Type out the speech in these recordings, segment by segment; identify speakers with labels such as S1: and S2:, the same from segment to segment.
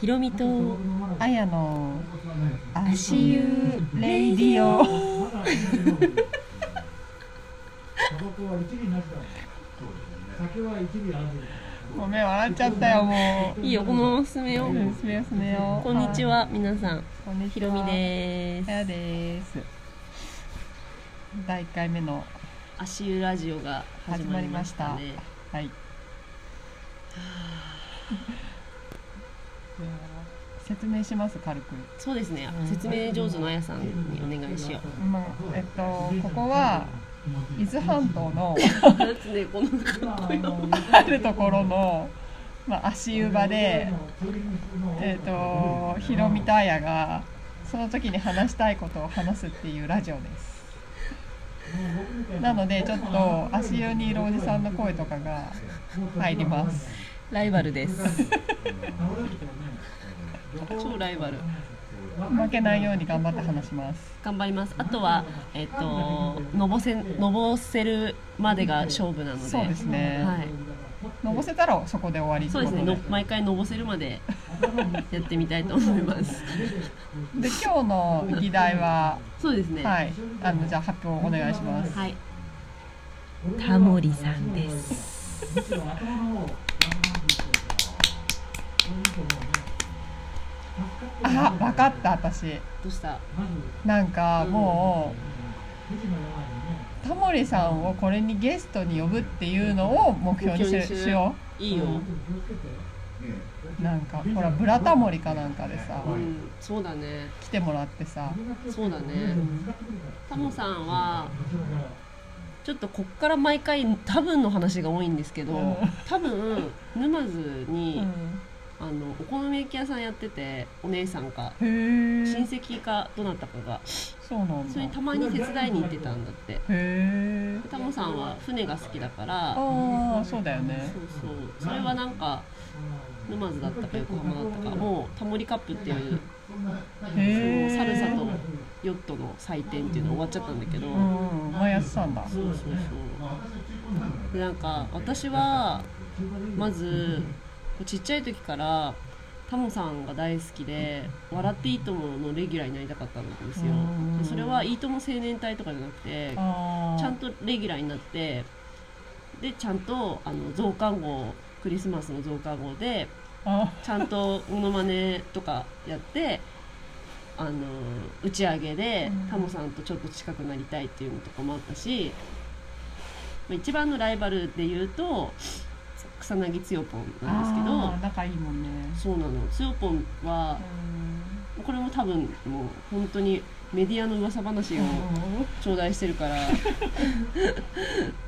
S1: ひろみと
S2: あやの足湯レイディオごめん笑っちゃったよもう
S1: いいよこのまま進めよ
S2: うん
S1: う
S2: すめよすめよ
S1: こんにちは皆さん
S2: こんにち
S1: ひ
S2: は
S1: ろみで
S2: あ
S1: す
S2: やです第一回目の
S1: 足湯ラジオが始まりました
S2: 始まり
S1: ね
S2: まはいい やー説明します軽く
S1: そうですね
S2: うん
S1: 説明上手のあやさんにお願いしよう
S2: まあえっとここは伊豆半島の
S1: だってねこの
S2: あるところの、まあ、足湯場で、えっとひろみとあやがその時に話したいことを話すっていうラジオですなのでちょっと足湯にいるおじさんの声とかが入ります
S1: ライバルです 超ライバル
S2: 負けないように頑張って話します
S1: 頑張りますあとはえっ、とのぼせのぼせるまでが勝負なので
S2: そうですね
S1: はい
S2: のぼせたらそこで終わりって
S1: そう
S2: こ
S1: で
S2: と
S1: すねの毎回のぼせるまでやってみたいと思い ます
S2: で今日の議題は
S1: そうですね
S2: はいあのじゃあ発表お願いします
S1: はいタモリさんです
S2: あ分かった私
S1: どうした
S2: なんかもう、タモリさんをこれにゲストに呼ぶっていうのを目標にし
S1: 目標にする
S2: しよ
S1: いいよ、
S2: うなんかほら「ブラタモリ」かなんかでさ
S1: うん、そうだね
S2: 来てもらってさ
S1: そうだねタモさんはちょっとこっから毎回多分の話が多いんですけど、
S2: うん
S1: 多分沼津
S2: う
S1: に、
S2: ん
S1: あのお好み焼き屋さんやっててお姉さんか
S2: へ
S1: 親
S2: え
S1: 戚かどなたかが
S2: そうなん
S1: それにた
S2: だ
S1: まに手伝いに行ってたんだって
S2: へえ
S1: タモさんは船が好きだから
S2: ああそうだよね
S1: そうそうそれはなんか沼津だったか横浜だったかもうタモリカップっていう
S2: へえ
S1: サルサとヨットの祭典っていうの終わっちゃったんだけど、
S2: うん前やすさんだ
S1: そうそうそうでなんか私はまずこうちっちゃい時からタモさんが大好きで「笑っていいとも!」のレギュラーになりたかったんですよ
S2: うん
S1: でそれはいいとも青年隊とかじゃなくて
S2: あ
S1: ちゃ
S2: あ
S1: んとレギュラーになってでちゃんとあの増刊号クリスマスの増刊号で
S2: あ
S1: ちゃんとモノマネとかやってあの打ち上げで
S2: うん
S1: タモさんとちょっと近くなりたいっていうのとかもあったしまあ一番のライバルで言うと草薙つよぽんなん
S2: あ
S1: で
S2: ー仲いいもんね
S1: すけどそうなのつよぽんは
S2: うん
S1: これも多分もう本当にメディアの噂話を
S2: うん
S1: 頂戴してるから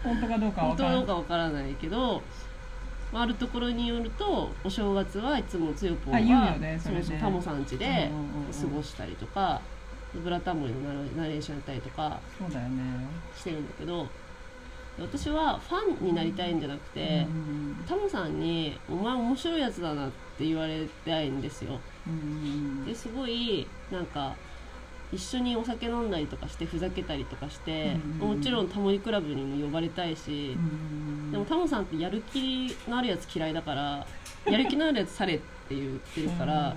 S2: 本当かどうかは
S1: 本
S2: 分
S1: 当から
S2: か
S1: ど
S2: な
S1: う
S2: い
S1: かわからないけど、まあ、あるところによるとお正月はいつもつよぽんは
S2: あ言うよねそれね
S1: ううタモさん家で
S2: うんうんうんうん
S1: 過ごしたりとか「ブラタモリ」のナレナレーションやったりとか
S2: そうだよね
S1: してるんだけど私はファンになりたいんじゃなくて、
S2: うん
S1: タモさんに「お前面白いやつだな」って言われたいんですよ。
S2: うん
S1: ですごいなんか一緒にお酒飲んだりとかしてふざけたりとかして、
S2: うんうん
S1: もちろんタモリクラブにも呼ばれたいし、でもタモさんってやる気のあるやつ嫌いだ からやる気のあるやつされって言ってるからなん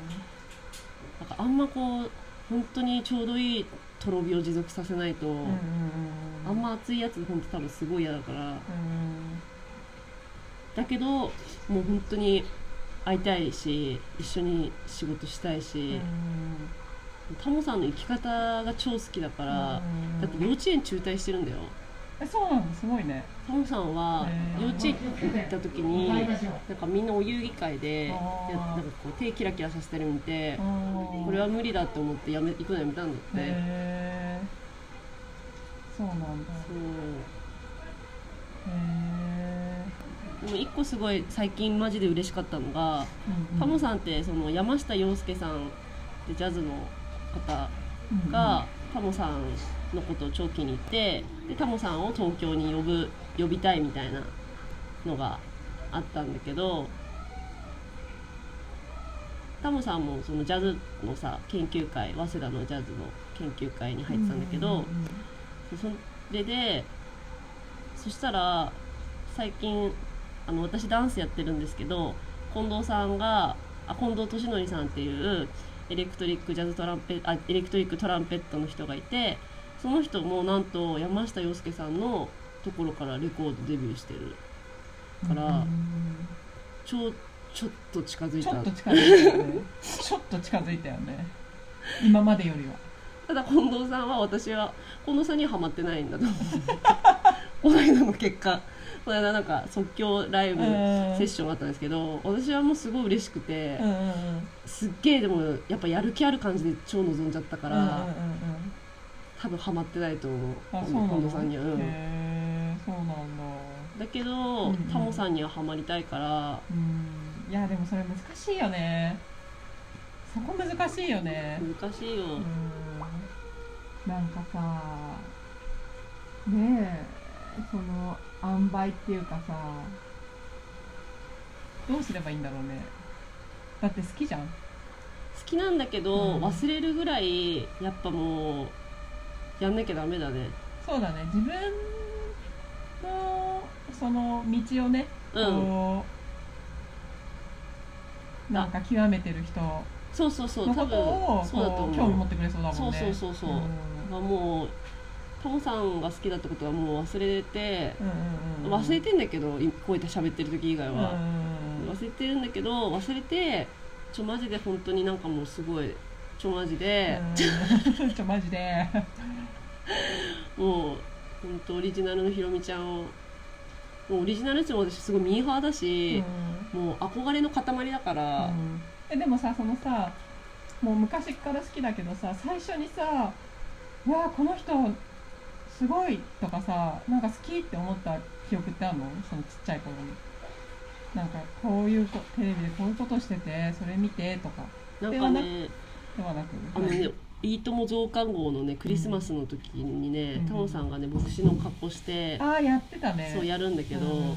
S1: かあんまこう本当にちょうどいいとろ火を持続させないと、
S2: うん
S1: あんま熱いやつ本当多分すごい嫌だから
S2: うん
S1: だけどもう本当に会いたいし一緒に仕事したいし、タモさんの生き方が超好きだから、だって幼稚園中退してるんだよ
S2: えそうなのすごいね
S1: タモさんは
S2: へー
S1: 幼稚園行った時に なんかみんなお遊戯会でや
S2: あー
S1: なんかこう手キラキラさせてるの見てこ
S2: こ
S1: れは無理だと思ってやめ行くのやめたんだって、
S2: へえそうなんだ
S1: そう
S2: へ
S1: でも一個すごい最近マジで嬉しかったのが、
S2: え
S1: タモさんってその山下洋介さんってジャズの方が、タモさんのことを長期に言ってでタモさんを東京に呼ぶ呼びたいみたいなのがあったんだけどタモさんもそのジャズのさ研究会早稲田のジャズの研究会に入ってたんだけど、それでそしたら最近あの私ダンスやってるんですけど近藤さんがあ近藤俊則さんっていうエレクトリックジャズトランペあエレクトリックトランペットの人がいてその人もなんと山下洋輔さんのところからレコードデビューしてるからちょちょっと近づい
S2: ちょ
S1: た
S2: っと近づいたよねちょっと近づいたよね今までよりは
S1: ただ近藤さんは私は近藤さんにはハマってないんだ と思うこの間の結果この間なんか即興ライブ
S2: うん
S1: セッションがあったんですけど私はもうすごい嬉しくて、
S2: うんうんうん
S1: すっげえでもやっぱやる気ある感じで超望んじゃったから、
S2: うんうんうん
S1: 多分ハマってないと思う
S2: あ
S1: 近
S2: そうな
S1: 近
S2: の
S1: 藤さんには、うん
S2: へえそうなんだ
S1: だけど、
S2: うん
S1: タモさんにはハマりたいから
S2: うんいやでもそれ難しいよねそこ難しいよね
S1: 難しいよ、
S2: うんなんかさねえその塩梅っていうかさどうすればいいんだろうねだって好きじゃん
S1: 好きなんだけど、
S2: うん
S1: 忘れるぐらいやっぱもうやんなきゃダメだね
S2: そうだね自分のその道をね、
S1: うん
S2: こうなんか極めてる人の
S1: そうそうそう
S2: こ
S1: 多
S2: とを
S1: 分そうだと
S2: こ
S1: 思
S2: う
S1: う
S2: 興味持ってくれそうだもんね
S1: そうそうそうそう
S2: うん
S1: まあもうタモさんが好きだってことはもう忘れて、
S2: うんうんうん
S1: 忘れてんだけどいこうやって喋ってる時以外
S2: うんうん
S1: は、
S2: うん
S1: 忘れてるんだけど忘れてちょマジで本当になんかもうすごいちょマジで、
S2: うん ちょマジで
S1: もう本当オリジナルのひろみちゃんをもうオリジナルっても私すごいミーハーだし、もう憧れの塊だから、
S2: えでもさそのさもう昔から好きだけどさ最初にさ「うわあこの人すごい」とかさなんか好きって思った記憶ってあるのそのちっちゃい頃に。なんかこういうこテレビでこういうことしててそれ見てとか
S1: なんかね
S2: ではなく
S1: あのね「いいとも増刊号」のねクリスマスの時にね、
S2: うん
S1: タモさんがね牧師の格好して、
S2: ああやってたね
S1: そうやるんだけど、
S2: うん
S1: も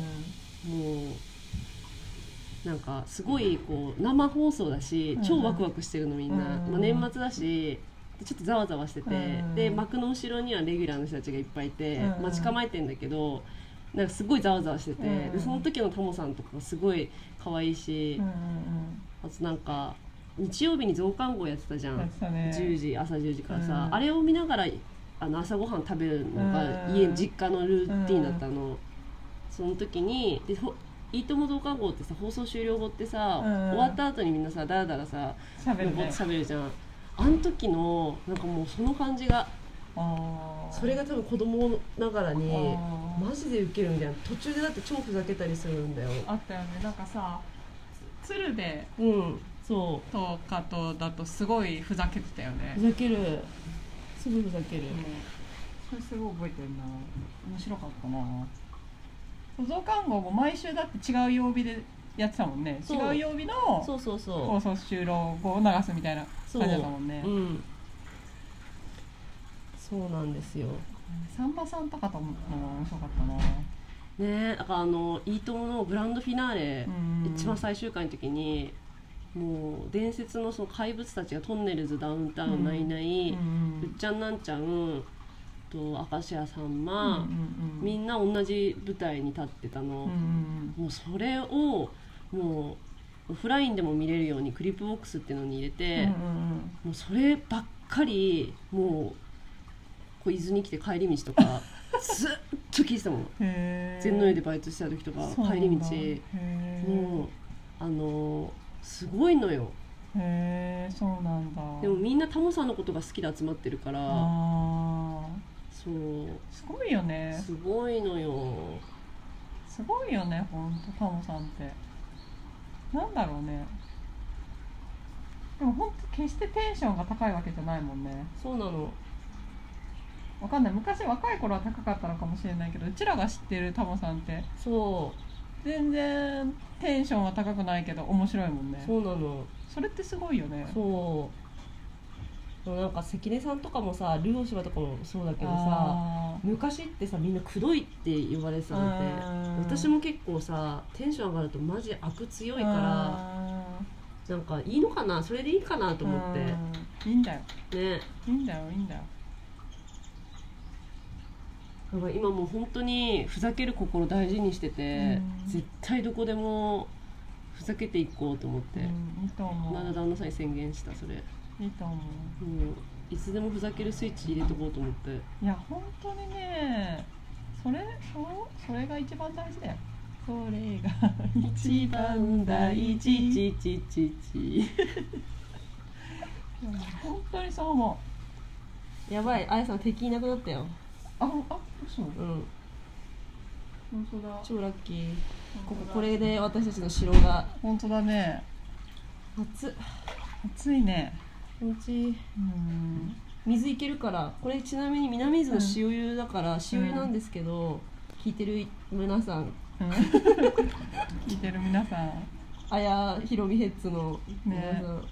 S1: うなんかすごいこう生放送だし
S2: うん
S1: 超ワクワクしてるのみんな、
S2: うん
S1: まあ、年末だしちょっとざわざわしてて、
S2: うん
S1: で幕の後ろにはレギュラーの人たちがいっぱいいて、
S2: うん
S1: 待ち構えてんだけどなんかすごいざわざわしてて、
S2: うん
S1: でその時のタモさんとかがすごい可愛いし
S2: うん、うん
S1: あとなんか日曜日に増刊号やってたじゃ
S2: うんやっ
S1: ん、
S2: てたね
S1: 10時朝10時からさ、
S2: うん
S1: あれを見ながらあの朝ごはん食べるのが
S2: うん
S1: 家実家のルーティンだったの、その時にでほ「いいとも同感号」ってさ放送終了後ってさ、
S2: うん
S1: 終わった後にみんなさだらだらさ
S2: 喋る
S1: ぼー
S2: ね
S1: っと喋るじゃんあの時のなんかもうその感じが
S2: あー
S1: それが多分子供ながら
S2: あ
S1: に
S2: ー
S1: マジでウケるみたいな途中でだって超ふざけたりするんだよ
S2: あったよねなんかさ鶴瓶
S1: うんそ
S2: とかとだとすごいふざけてたよ
S1: う
S2: ね
S1: ふざけるすごいふざける
S2: それすごい覚えてるな面白かったな増刊号も毎週だって違う曜日でやってたもんね違
S1: そう
S2: う曜日の
S1: そうそうそう
S2: 放送終了後を流すみたいな
S1: そう
S2: 感じだったもんね
S1: うん、そうなんですよ。
S2: さんまさんとかとも面白かったな
S1: ねえ、だからあの伊藤のグランドフィナーレ、
S2: うん
S1: 一番最終回の時に。もう伝説のその怪物たちがトンネルズダウンタウ
S2: うん
S1: ンナイナ
S2: うん
S1: イう
S2: う、
S1: っ
S2: ん
S1: ちゃんなんちゃん。と明石家さん
S2: うん
S1: ま、
S2: うん
S1: みんな同じ舞台に立ってた
S2: うんう
S1: の。
S2: ん
S1: もうそれを、もう。オフラインでも見れるようにクリップボックスっていうのに入れ
S2: うんう
S1: て、
S2: んうん
S1: もうそればっかりもうこう伊豆に来て帰り道と かずっと聞いてたもん
S2: へー
S1: 全農園でバイトしてた時とか
S2: そうな
S1: 帰
S2: んだ
S1: り
S2: へ
S1: 道
S2: ー
S1: もうあのーすごいのよ
S2: へえそうなんだ
S1: でもみんなタモさんのことが好きで集まってるから
S2: あ
S1: そう
S2: ーすごいよね
S1: すごいのよ
S2: すごいよねほんとタモさんってなんだろうねでもほんと決してテンションが高いわけじゃないもんね
S1: そうなの
S2: わかんない昔若い頃は高かったのかもしれないけどうちらが知ってるタモさんって
S1: そ
S2: 全然テンションは高くないけど面白いもんね
S1: う
S2: そ
S1: そうなの
S2: れってすごいよね
S1: そうでもなんか関根さんとかもさルオシバとかもそうだけどさ
S2: あ
S1: 昔ってさみんなくどいって呼ばれてたので
S2: ー
S1: 私も結構さテンション上がるとマジ悪強いから
S2: あ
S1: なんかいいのかなそれでいいかな
S2: ー
S1: と思っ
S2: うんいいんだよ
S1: てね
S2: いいんだよいいんだよ
S1: なんか今もう本当にふざける心大事にしてて
S2: うん
S1: 絶対どこでもふざけていこうと思って、
S2: うんいいと
S1: こ
S2: 思
S1: の間
S2: う
S1: 旦那さんに宣言したそれ
S2: いいと思う
S1: もういつでもふざけるスイッチ入れとこうと思って
S2: いや本当にねそれそうそれが一番大事だよそれが一番大事
S1: ちちちち
S2: うん本当にそう思
S1: やばいあやさん敵いなくなったよ
S2: うああ嘘
S1: うん
S2: 本当だ
S1: 超ラッキーこ
S2: 本当だ
S1: これで私たちの城が
S2: 本当だね
S1: 熱っ
S2: 暑いね
S1: 気持ちいい
S2: うん
S1: 水いけるからこれちなみに南伊豆の塩湯だから、塩湯なんですけど聞いてる皆さん
S2: うん 聞いてる皆さん
S1: あやひろみヘッズの皆さん、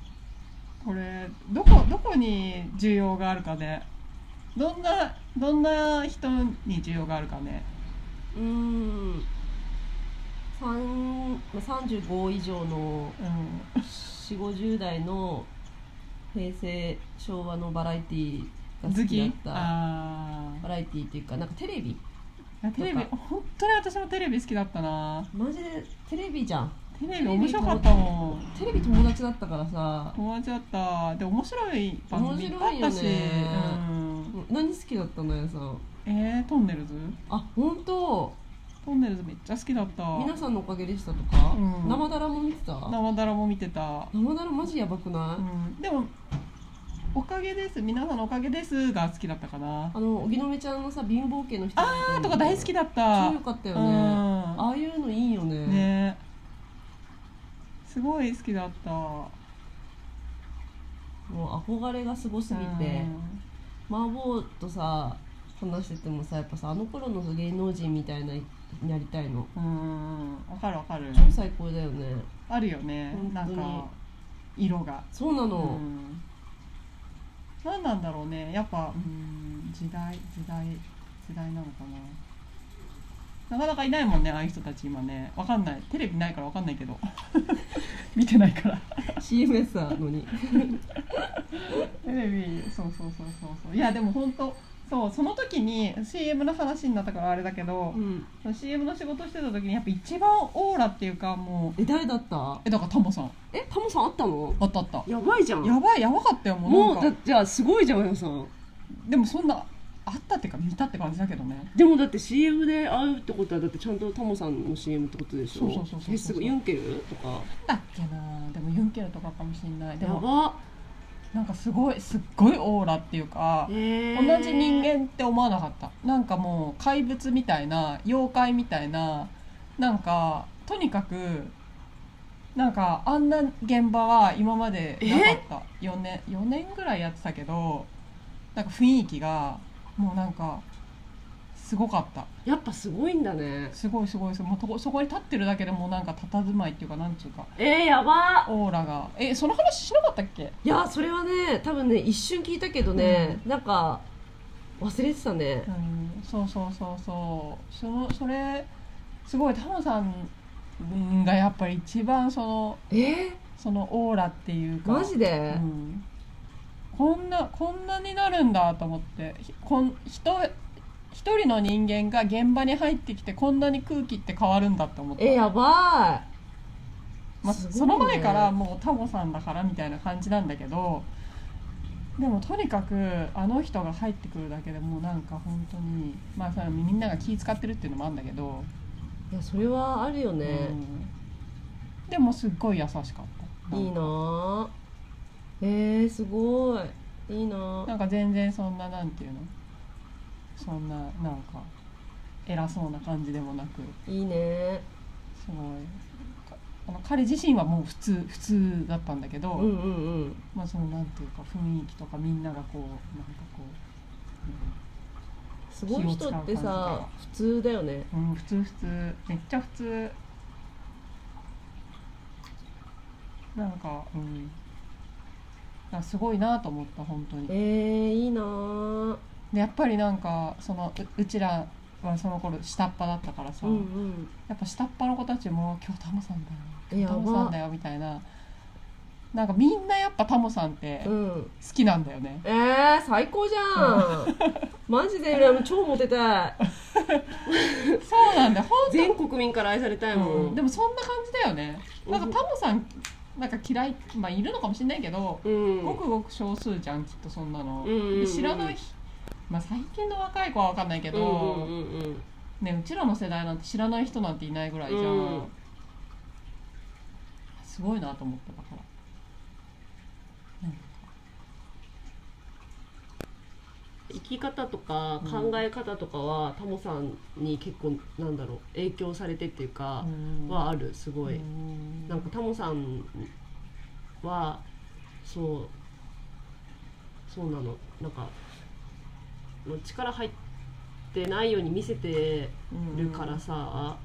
S2: これどこどこに需要があるかねどんなどんな人に需要があるかね
S1: うーん3 35以上の
S2: うん
S1: 4 5 0代の平成昭和のバラエティが好きだった
S2: あ
S1: バラエティっていうかなんかテレビ
S2: あテレビ
S1: とか
S2: 本当に私もテレビ好きだったな
S1: マジでテレビじゃん
S2: テレビ面白かったもん
S1: テレビ友達だったからさ
S2: 友達だったで面白い番組いっぱいあった
S1: 面
S2: し、
S1: 白いよね
S2: うん、
S1: 何好きだったのやさん
S2: えー、トンネルズ
S1: あ本当
S2: トンネルズめっちゃ好きだった
S1: 皆さんのおかげでしたとか、
S2: うん
S1: 生だらも見てた
S2: 生だらも見てた、
S1: 生だらマジやばくな
S2: う
S1: い、
S2: ん、でも「おかげです皆さんのおかげです」が好きだったかな
S1: あの荻野目ちゃんのさ貧乏系の人
S2: あーとか大好き
S1: だ
S2: だった
S1: 超よかったよ
S2: う
S1: ね
S2: ん
S1: ああいうのいいよね
S2: ねすごい好きだった
S1: もう憧れがすごすぎて麻婆とさ話しててもさやっぱさあの頃の芸能人みたいなになりたいの
S2: うんうんわかるわかる
S1: 超最高だよね
S2: あるよね
S1: 本当に
S2: なんか色が
S1: そうな
S2: う
S1: の、
S2: ん何なんだろうねやっぱうん時代時代時代なのかななかなかいないもんねああいう人たち今ねわかんないテレビないからわかんないけど 見てないから
S1: CMS なのに
S2: テレビそうそうそうそうそういやでも本当そうその時に CM の話になったからあれだけど、
S1: うん
S2: その CM の仕事してた時にやっぱ一番オーラっていうかもう
S1: え誰だった
S2: えだからタモさん
S1: えタモさんあったの
S2: あったあった
S1: やばいじゃん
S2: やばいやばかったよも
S1: も
S2: う
S1: う
S2: な
S1: だ
S2: んか
S1: じゃあすごいじゃんあやさん
S2: でもそんなあったっていうか見たって感じだけどね
S1: でもだって CM で会うってことはだってちゃんとタモさんの CM ってことでしょ
S2: そうそうそうそうそう
S1: えすごいユンケルとか
S2: だっけなでもユンケルとかかもしんないで
S1: や
S2: も
S1: ば
S2: なんかすごいすっごいオーラっていうか
S1: 同
S2: 同じ人間って思わなかったなんかもう怪物みたいな妖怪みたいななんかとにかくなんかあんな現場は今までなかった4年4年ぐらいやってたけどなんか雰囲気がもうなんかすごかった
S1: やっぱすごいんだね
S2: すごいすごいすごいもうとこそこに立ってるだけでもうなんか佇まいっていうかなんていうか
S1: えー、やば
S2: オーラがえその話しなかったっけ
S1: いやそれはね多分ね一瞬聞いたけどね、なんか忘れてたね
S2: うん、そうそうそうそうそのそれすごいタモさんがやっぱり一番その
S1: えー、
S2: そのオーラっていうか
S1: マジで
S2: う、ん、こんなこんなになるんだと思ってひこん人一人の人間が現場に入ってきてこんなに空気って変わるんだって思った、
S1: えー、やばい、
S2: まあ、
S1: すごいね
S2: その前からもうタモさんだからみたいな感じなんだけどでもとにかくあの人が入ってくるだけでもうなんか本当にまあそれはみんなが気使ってるっていうのもあるんだけど、
S1: いやそれはあるよね、
S2: うんでもすっごい優しかった
S1: いいなあえー、すごいいいなあ
S2: なんか全然そんななんていうのそんななんか偉そうな感じでもなく
S1: いいね
S2: すごいかあの彼自身はもう普通普通だったんだけど、
S1: うんうんうん
S2: まあそのなんていうか雰囲気とかみんながこうなんかこ
S1: すごい人ってさ普通だよね
S2: う、うん、普通普通めっちゃ普通なんかうんあすごいなと思った本当
S1: え
S2: に
S1: ー、いいなあ
S2: でやっぱりなんかそのううちらはその頃下っ端だったからさ、
S1: うんうん
S2: やっぱ下っ端の子たちも「今日タモさんだよ
S1: えや
S2: タモさん
S1: ば
S2: だよ」みたいななんかみんなやっぱタモさんって
S3: う
S2: 好
S3: ん
S2: きなんだよね、
S3: えー、最高じゃ んマジで羨む超モテたい
S2: そうなんだよほん
S1: 全国民から愛されたいもん、
S3: うん
S2: でもそんな感じだよねなんかタモさんなんか嫌いまあいるのかもしれないけど、
S1: うん
S2: ごくごく少数じゃんきっとそんなの、
S1: うんうんうん
S2: で知らない人まあ最近の若い子は分かんないけど、
S1: うんうんうんうん
S2: ねうちらの世代なんて知らない人なんていないぐらいじゃん、
S1: うん
S2: すごいなと思っただからなんか
S1: 生き方とか考え方とかは、タモさんに結構なんだろう影響されてっていうか、はあるすごい、
S2: うん
S1: なんかタモさんはそうそうなのなんかもう力入ってないように見せてるからさ、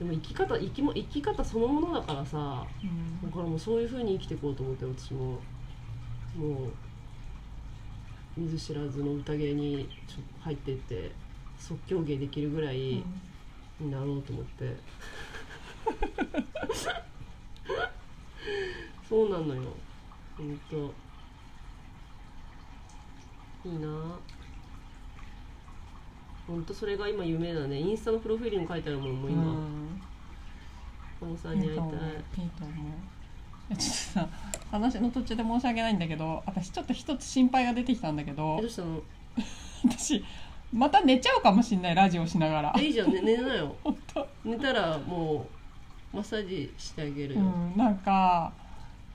S1: でも生き方生きも生き方そのものだからさ
S2: うん
S1: だからもうそういうふうに生きていこうと思って私ももう見ず知らずの宴にちょっと入ってって即興芸できるぐらいになろうと思って、 そうなのよほんといいなほんとそれが今夢だねインスタのプロフィールに書いてあるものも
S2: うん
S1: 今小野さん
S2: い
S1: に
S2: い
S1: 会い
S2: と
S1: たい
S2: 思ういいと思ういやちょっとさ話の途中で申し訳ないんだけど私ちょっと一つ心配が出てきたんだけ
S1: え
S2: ど
S1: どうしたの
S2: 私また寝ちゃうかもしんないラジオしながら
S1: えいいじゃんね寝なよ
S2: 本当
S1: 寝たらもうマッサージしてあげる
S2: う
S1: よ、
S2: んなんか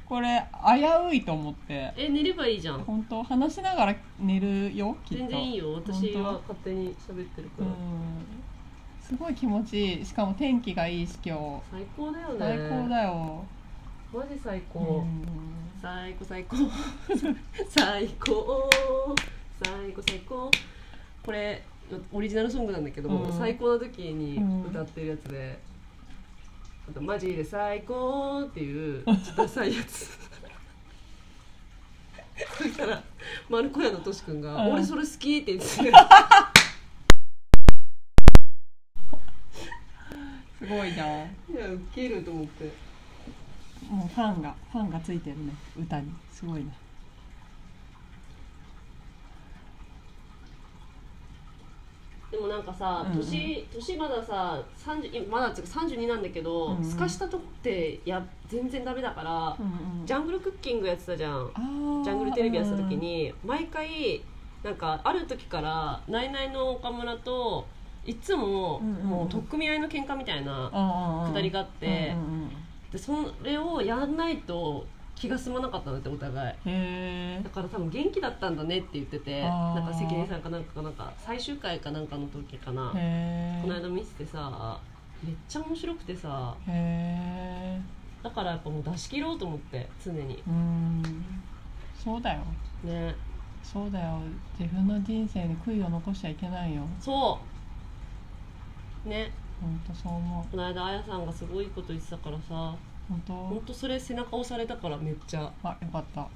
S2: これ危ういと思って
S1: え寝ればいいじゃん
S2: 本当話しながら寝るよきっと
S1: 全然いいよ私は勝手に喋ってるか
S2: う
S1: ら、
S2: んすごい気持ちいいしかも天気がいいし今日
S1: 最高だよね
S2: 最高だよ、
S1: マジ最
S2: う
S1: 高、
S2: ん、
S1: 最高最高 最高最高最高これオリジナルソングなんだけど、
S2: うん
S1: 最高な時に歌ってるやつで、あとマジで最高っていうちょっとダサいやつ これから丸子屋のとし君が、
S2: うん
S1: 俺それ好き」って言ってて
S2: すごいじゃん
S1: いやウケると思って
S2: もうファンがファンがついてるね歌にすごいね
S1: でもなんかさ
S2: うんうん
S1: 年,、年まださ30今まだっていうか32なんだけど、
S2: うんうん
S1: すかしたとこっていや全然ダメだから、
S2: ん
S1: ジャングルクッキングやってたじゃん
S2: あー
S1: ジャングルテレビやってた時に、毎回なんかある時からナイナイの岡村といつも、
S2: うんうんうん
S1: もう取っ組み合いの喧嘩みたいな
S2: 下
S1: 下りがあって、でそれをやんないと気が済まなかったんだってお互い
S2: へえ
S1: だから多分元気だったんだねって言ってて
S2: あー
S1: なんか関根さんかなんかかなんか最終回かなんかの時かな
S2: へ
S1: この間見ててさめっちゃ面白くてさ
S2: えへえ
S1: だからやっぱもう出し切ろうと思って常に
S2: うんそうだよ
S1: ね
S2: そうだよ自分の人生に悔いを残しちゃいけないよ
S1: そうね
S2: 本当そう思
S1: この間あやさんがすごいこと言ってたからさ
S2: う
S1: ほ
S2: 本
S1: んとそれ背中押されたからめっちゃ
S2: 当あよかったよ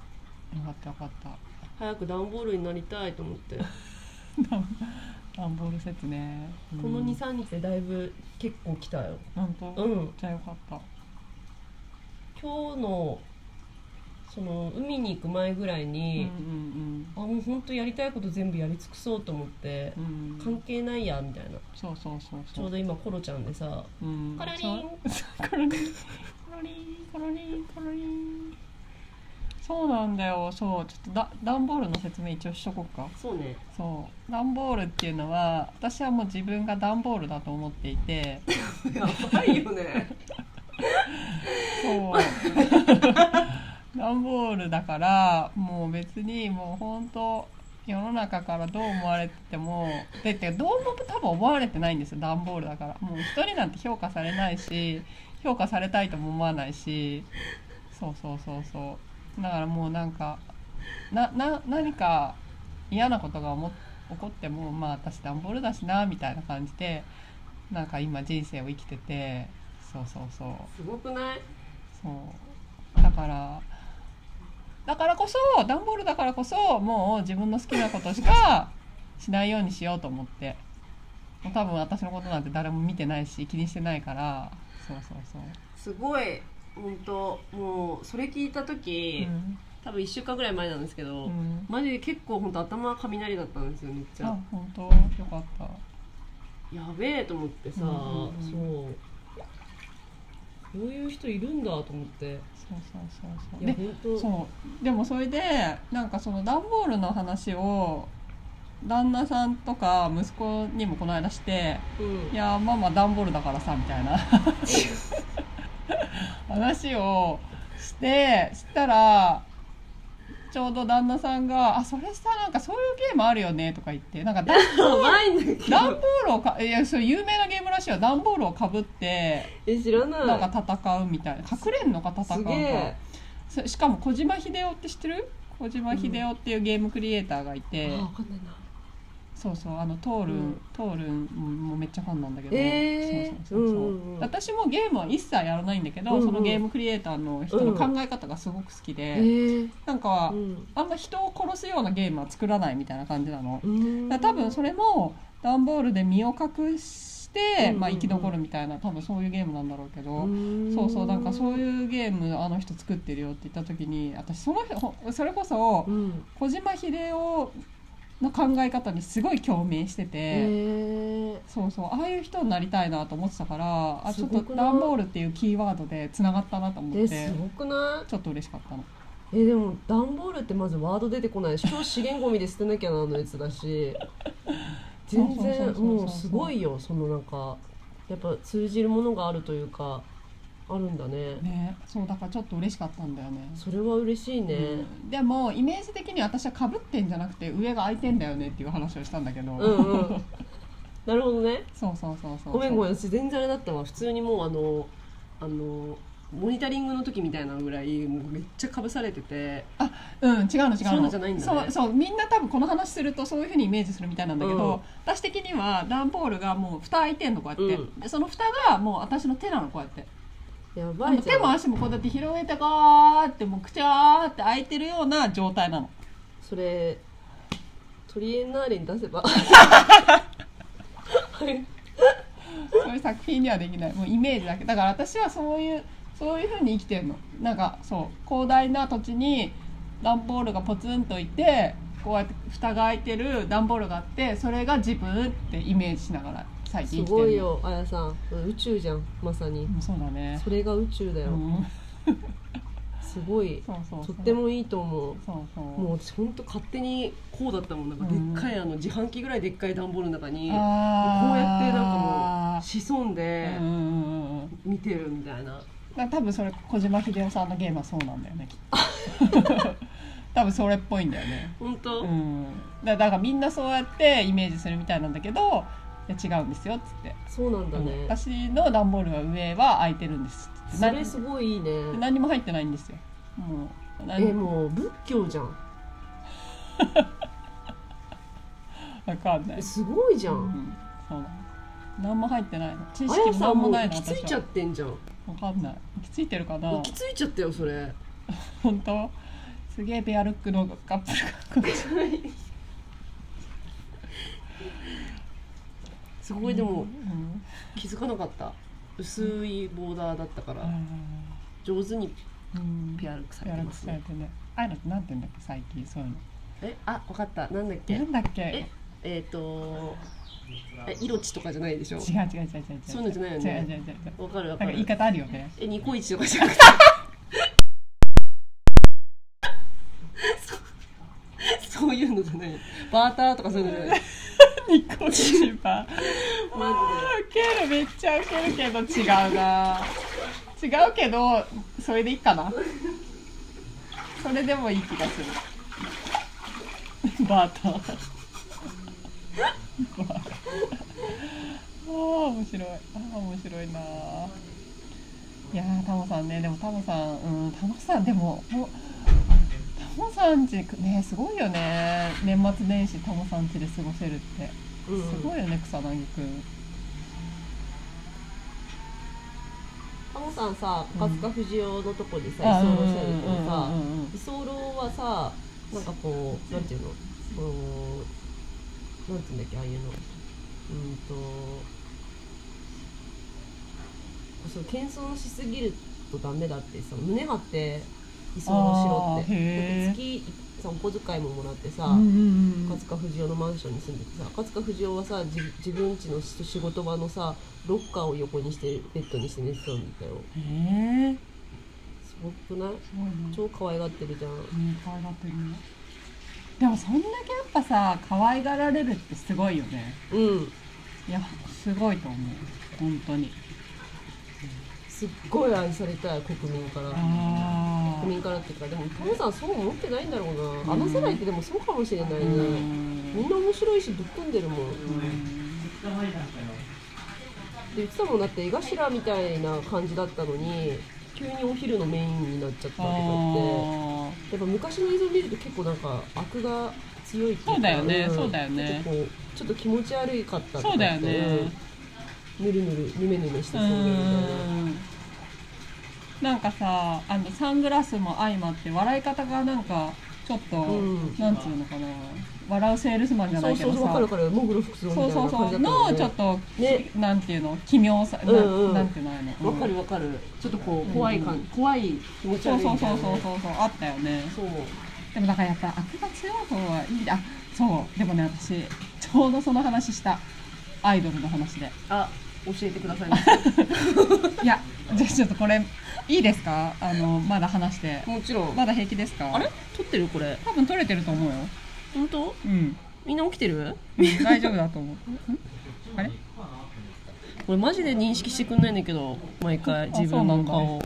S2: かったよかった
S1: 早く段ボールになりたいと思って、
S2: ダンボールセットね、うん
S1: この23日でだいぶ結構来たよ
S2: 本当、
S1: う
S2: めっ
S1: ん
S2: ちゃよかった
S1: 今日のその海に行く前ぐらい
S2: うんう
S1: に、
S2: ん
S1: あもうほんとやりたいこと全部やり尽くそうと思って
S2: う、んう
S1: 関
S2: ん
S1: 係ないやみたいな
S2: そうそうそう
S1: ち
S2: そ
S1: ょ
S2: う
S1: うど今コロちゃんでさ
S2: うん
S1: コロリン
S2: そう コロリンコロリンコロリンコロリンそうなんだよそうちょっとだ段ボールの説明一応しとこうか
S1: そうね
S2: そう段ボールっていうのは私はもう自分が段ボールだと思っていて
S1: やばいよね
S2: そう。段ボールだからもう別にもう本当世の中からどう思われててもでってどうも多分思われてないんですよ段ボールだからもう一人なんて評価されないし評価されたいとも思わないしそうそうそうそうだからもうなんかなな何か嫌なことが思っ起こってもまあ私段ボールだしなみたいな感じでなんか今人生を生きててそうそうそう
S1: すごくない
S2: そうだからだからこそ段ボールだからこそもう自分の好きなこと しかしないようにしようと思ってもう多分私のことなんて誰も見てないし気にしてないからそうそうそう
S1: すごい本当もうそれ聞いた時、多分1週間ぐらい前なんですけど、
S2: うん
S1: マジで結構本当頭雷だったんですよめっちゃ
S2: あ本当よかった
S1: やべえと思ってさ、
S2: うんうん
S1: そうこういう人いるんだと思って
S2: そうそうそうそう
S1: いや
S2: で
S1: 本当
S2: そうでもそれでなんかその段ボールの話を旦那さんとか息子にもこの間して
S1: うん
S2: いやーママ段ボールだからさみ たいな話をしてしたらちょうど旦那さんが「あそれさなんかそういうゲームあるよね」とか言っ てなんか段
S1: やばいんだけ
S2: 段ボ
S1: ど
S2: ールをかいやそう有名なゲームらしいよ段ボールをかぶって
S3: え知らない
S2: なんか戦うみたいな隠れんのか戦う
S3: すげ
S2: のか
S3: え
S2: そしかも小島秀夫って知ってる小島秀夫っていうゲームクリエイターがいて、
S3: あ分かんないな
S2: そうそうあのトールン、
S1: うん
S2: トールンもめっちゃファンなんだけど、
S3: えー
S2: そうそうそうそう、
S3: うんうんうん
S2: 私もゲームは一切やらないんだけど、
S3: うんうん
S2: そのゲームクリエイターの人の考え方がすごく好きで、
S3: えー
S2: なんか、
S3: うん
S2: あんま人を殺すようなゲームは作らないみたいな感じなの、
S3: うん
S2: だから多分それも段ボールで身を隠して、
S3: うんうんうん
S2: まあ、生き残るみたいな多分そういうゲームなんだろうけど、
S3: ん
S2: そうそうなんかそう
S3: う
S2: いうゲームあの人作ってるよって言った時に私その人ほそれこそ
S3: うん
S2: 小島秀夫の考え方にすごい共鳴してて、
S3: え
S2: そうそうああいう人になりたいなと思ってたからあち
S3: す
S2: ょっ
S3: ご
S2: と
S3: くない
S2: 段ボールっていうキーワードでつながったなと思
S3: ー
S2: っ
S3: え
S2: て
S3: すごくない
S2: ちょっと嬉しかったの
S3: えでも段ボールってまずワード出てこないし超資源ゴミで捨てなきゃなのやつだ し全
S2: そうそ
S3: 然
S2: うそうそう
S3: もうすごいよそのなんかやっぱ通じるものがあるというかあるんだね
S2: ねそうだからちょっと嬉しかったんだよね
S3: それは嬉しいね
S2: うんでもイメージ的に私はかぶってんじゃなくて上が開いてんだよねっていう話をしたんだけど、
S3: うんうんなるほどね
S2: そうそうそうそう
S1: ごめんごめ
S2: ん
S1: ん私全然あれだったわ普通にもうあのあのモニタリングの時みたいなぐらいもうめっちゃかぶされてて
S2: うん違うの違うの
S1: そういうのじゃないんだね
S2: そうそうみんな多分この話するとそういうふうにイメージするみたいなんだけど、
S1: うん
S2: 私的には段ボールがもう蓋開いてんのこうやって、
S1: う
S2: でその蓋がもう私の手なのこうやって
S3: や
S2: あ
S3: ば
S2: の
S3: いじ
S2: 手
S3: ゃ
S2: も
S3: ん
S2: 足もこうやって広げてガーってもうくちゃーって開いてるような状態なの
S3: それトリエンナーレに出 せばはい
S2: そういう作品にはできないもうイメージだけだから私はそういうそういうふうに生きてるのなんかそう広大な土地に段ボールがポツンといてこうやって蓋が開いてる段ボールがあってそれが自分ってイメージしながら最
S3: す
S2: 近生きてる
S3: ごいよあやさん宇宙じゃんまさに
S2: うんそうだね
S3: それが宇宙だ
S2: う
S3: よ
S2: ん
S3: すごい
S2: そうそうそ
S3: と
S2: う
S3: ってもいいと思う
S2: そうそう
S1: もう私本当勝手にこうだったもんなんかでっかいあの自販機ぐらいでっかい段ボールの中にこうやってなんかもう潜ん
S2: う
S1: で
S2: んうんうんうん
S1: 見てるみたいな
S2: だから多分それ小島秀夫さんのゲームはそうなんだよねきっと 多分それっぽいんだよね
S1: 本当、
S2: うんだだからみんなそうやってイメージするみたいなんだけどいや違うんですよっつって、
S3: そうなんだ
S2: うん
S3: ね
S2: 私の段ボールは上は空いてるんですっつっ
S3: そ
S2: て
S3: れすごいいいね
S2: 何何も入ってないんですよもう
S3: え
S2: 何も
S3: もう仏教じゃん
S2: わかんない
S3: え、すごいじゃ
S2: うんん、そうなの何も入ってないの知
S3: あ
S2: 識
S3: や
S2: も
S3: さん
S2: 何
S3: も
S2: も
S3: う
S2: ない
S3: 行
S2: の
S3: き着い
S2: 私
S1: ちゃ
S2: は
S1: ってんじゃん
S2: わかんない行き着いてるかな
S1: 行き着いちゃったよそ れ
S2: 本当すげえペアルックのカップルが
S1: すごいでも
S2: うん
S1: 気づかなかった薄いボーダーだったから上手に
S2: うん
S1: ペアルックさ
S2: ペ
S1: れ
S2: ア
S1: て
S2: ルッ
S1: ま
S2: ク
S1: す
S2: され
S1: ね
S2: てねああいうのってなんて言うんだっけ最近そういうの
S1: えあわかったなんだっけ
S2: なんだっ
S1: え
S2: け
S1: えっ、とえ色地とかじゃないでしょ
S2: 違う違う違う違う違う
S1: そういうのじゃないよね
S2: 違う違う違う違う
S1: わかるわ
S2: な
S1: か
S2: んか
S1: る
S2: 言い方あるよ ね
S1: えニコイチとかじゃなくて そうそういうのじゃないバーターとかそういうのじゃない
S2: ニコチーパー
S1: マ
S2: ウケるめっちゃウケるけど違うな違うけどそれでいいかなそれでもいい気がするバーターバーターああ面白いああ面白いないやータモさんねでもタモさんうんタモさんでももうタモさんちねすごいよね年末年始タモさんちで過ごせるって
S3: うん
S2: すごいよね草薙くん
S3: タモさんさ赤塚不二夫のとこに
S2: 居候してるけどさ
S3: さ居候してるけどさ居候はさなんかこうなんていうのこうなんていうんだっけああいうのうんとそう謙遜しすぎるとダメだってその胸張って居候しろっ
S2: あーへ
S3: て
S2: ー
S3: だって月さお小遣いももらってさ、
S2: うんうんうん
S3: 赤塚不二夫のマンションに住んでてさ赤塚不二夫はさ自自分家の仕仕事場のさロッカーを横にしてベッドにして寝てたんだよ
S2: へえ
S3: すごくない
S2: すごいね
S3: 超可愛がってるじゃん
S2: うん可愛がってるねでもそんだけやっぱさ可愛がられるってすごいよね
S3: うん
S2: いやすごいと思う本当に
S3: すっごい愛されたい国民から
S2: あ
S3: 国民からっていうかでもタモさんそう思ってないんだろうなあの世代ってでもそうかもしれないね
S2: あうん
S3: みんな面白いしぶっ飛んでるもんでいつもだって江頭みたいな感じだったのに急にお昼のメインになっちゃったとかって
S2: あ
S3: やっぱ昔の映像見ると結構なんか悪が強いっていうか
S2: そうだよね
S3: ん
S2: そうだよ
S3: ちょっ
S2: ね
S3: とこうちょっと気持ち悪かった
S2: ー
S3: とかって
S2: そうだよね
S3: うんぬるぬるぬめぬめして
S2: う
S3: そうでみたいなん
S2: なんかさあのサングラスも相まって笑い方がなんかちょっと、
S3: うん
S2: なんつうのかな笑うセールスマンじゃな
S3: そ
S2: いうけ
S3: そ
S2: ど
S3: う
S2: さ
S3: そうわかるからモグロ服装みた
S2: そ
S3: いうな
S2: そ
S3: 感
S2: う
S3: じだ
S2: そ
S3: った
S2: う
S3: よね
S2: のちょっと、
S3: ね
S2: なんていうの奇妙さ、な
S3: うんうん
S2: なんていうのあれの
S1: わかるわかるちょっとこう怖い感怖い気持ち
S2: そう
S1: 悪い
S2: そう
S1: みたい
S2: そ
S1: な
S2: うそうそうそうあったよね
S1: そう
S2: でもだからやっぱ悪が強い方はいいあそうでもね私ちょうどその話したアイドルの話で
S1: あ教えてくださいませ
S2: いやじゃあちょっとこれいいですかあのまだ話して
S1: もちろん
S2: まだ平気ですか
S1: あれ撮ってるこれ
S2: 多分取れてると思うよ
S1: 本当
S2: うん
S1: みんな起きてる
S2: うん大丈夫だと思うんあれ
S1: これマジで認識してくんないんだけど毎回自分の顔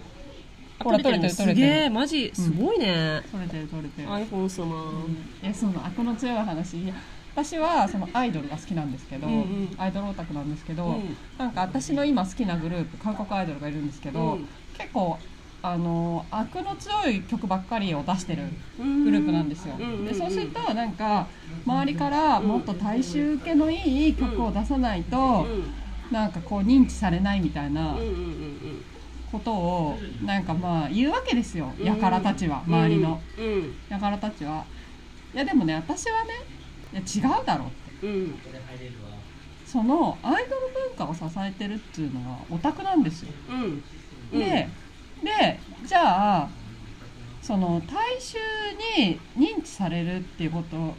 S1: あ
S2: ほら取れてる取れてる
S1: すげえマジすごいね、
S2: 取れてる取れてる
S1: iPhone 様、
S2: いやその悪の強い話いや私はそのアイドルが好きなんですけど、
S1: うんうん
S2: アイドルオタクなんですけど、
S1: うん
S2: なんか私の今好きなグループ韓国アイドルがいるんですけど、
S1: うん
S2: 結構あの悪の強い曲ばっかりを出してる
S1: グ
S2: グループなんですよ、
S1: うんうんうん
S2: でそうするとなんか周りからもっと大衆受けのいい曲を出さないと
S1: うん、
S2: なんかこう認知されないみたいな
S1: うんうんうん
S2: ことをなんかまあ言うわけですよ
S1: うん
S2: やからたちは周りの
S1: うんうん
S2: やからたちはいやでもね私はねいや違うだろうって
S1: うん
S2: そのアイドル文化を支えてるっていうのはオタクなんですよ、
S1: うん
S2: ででじゃあその大衆に認知されるっていうこと、
S1: ん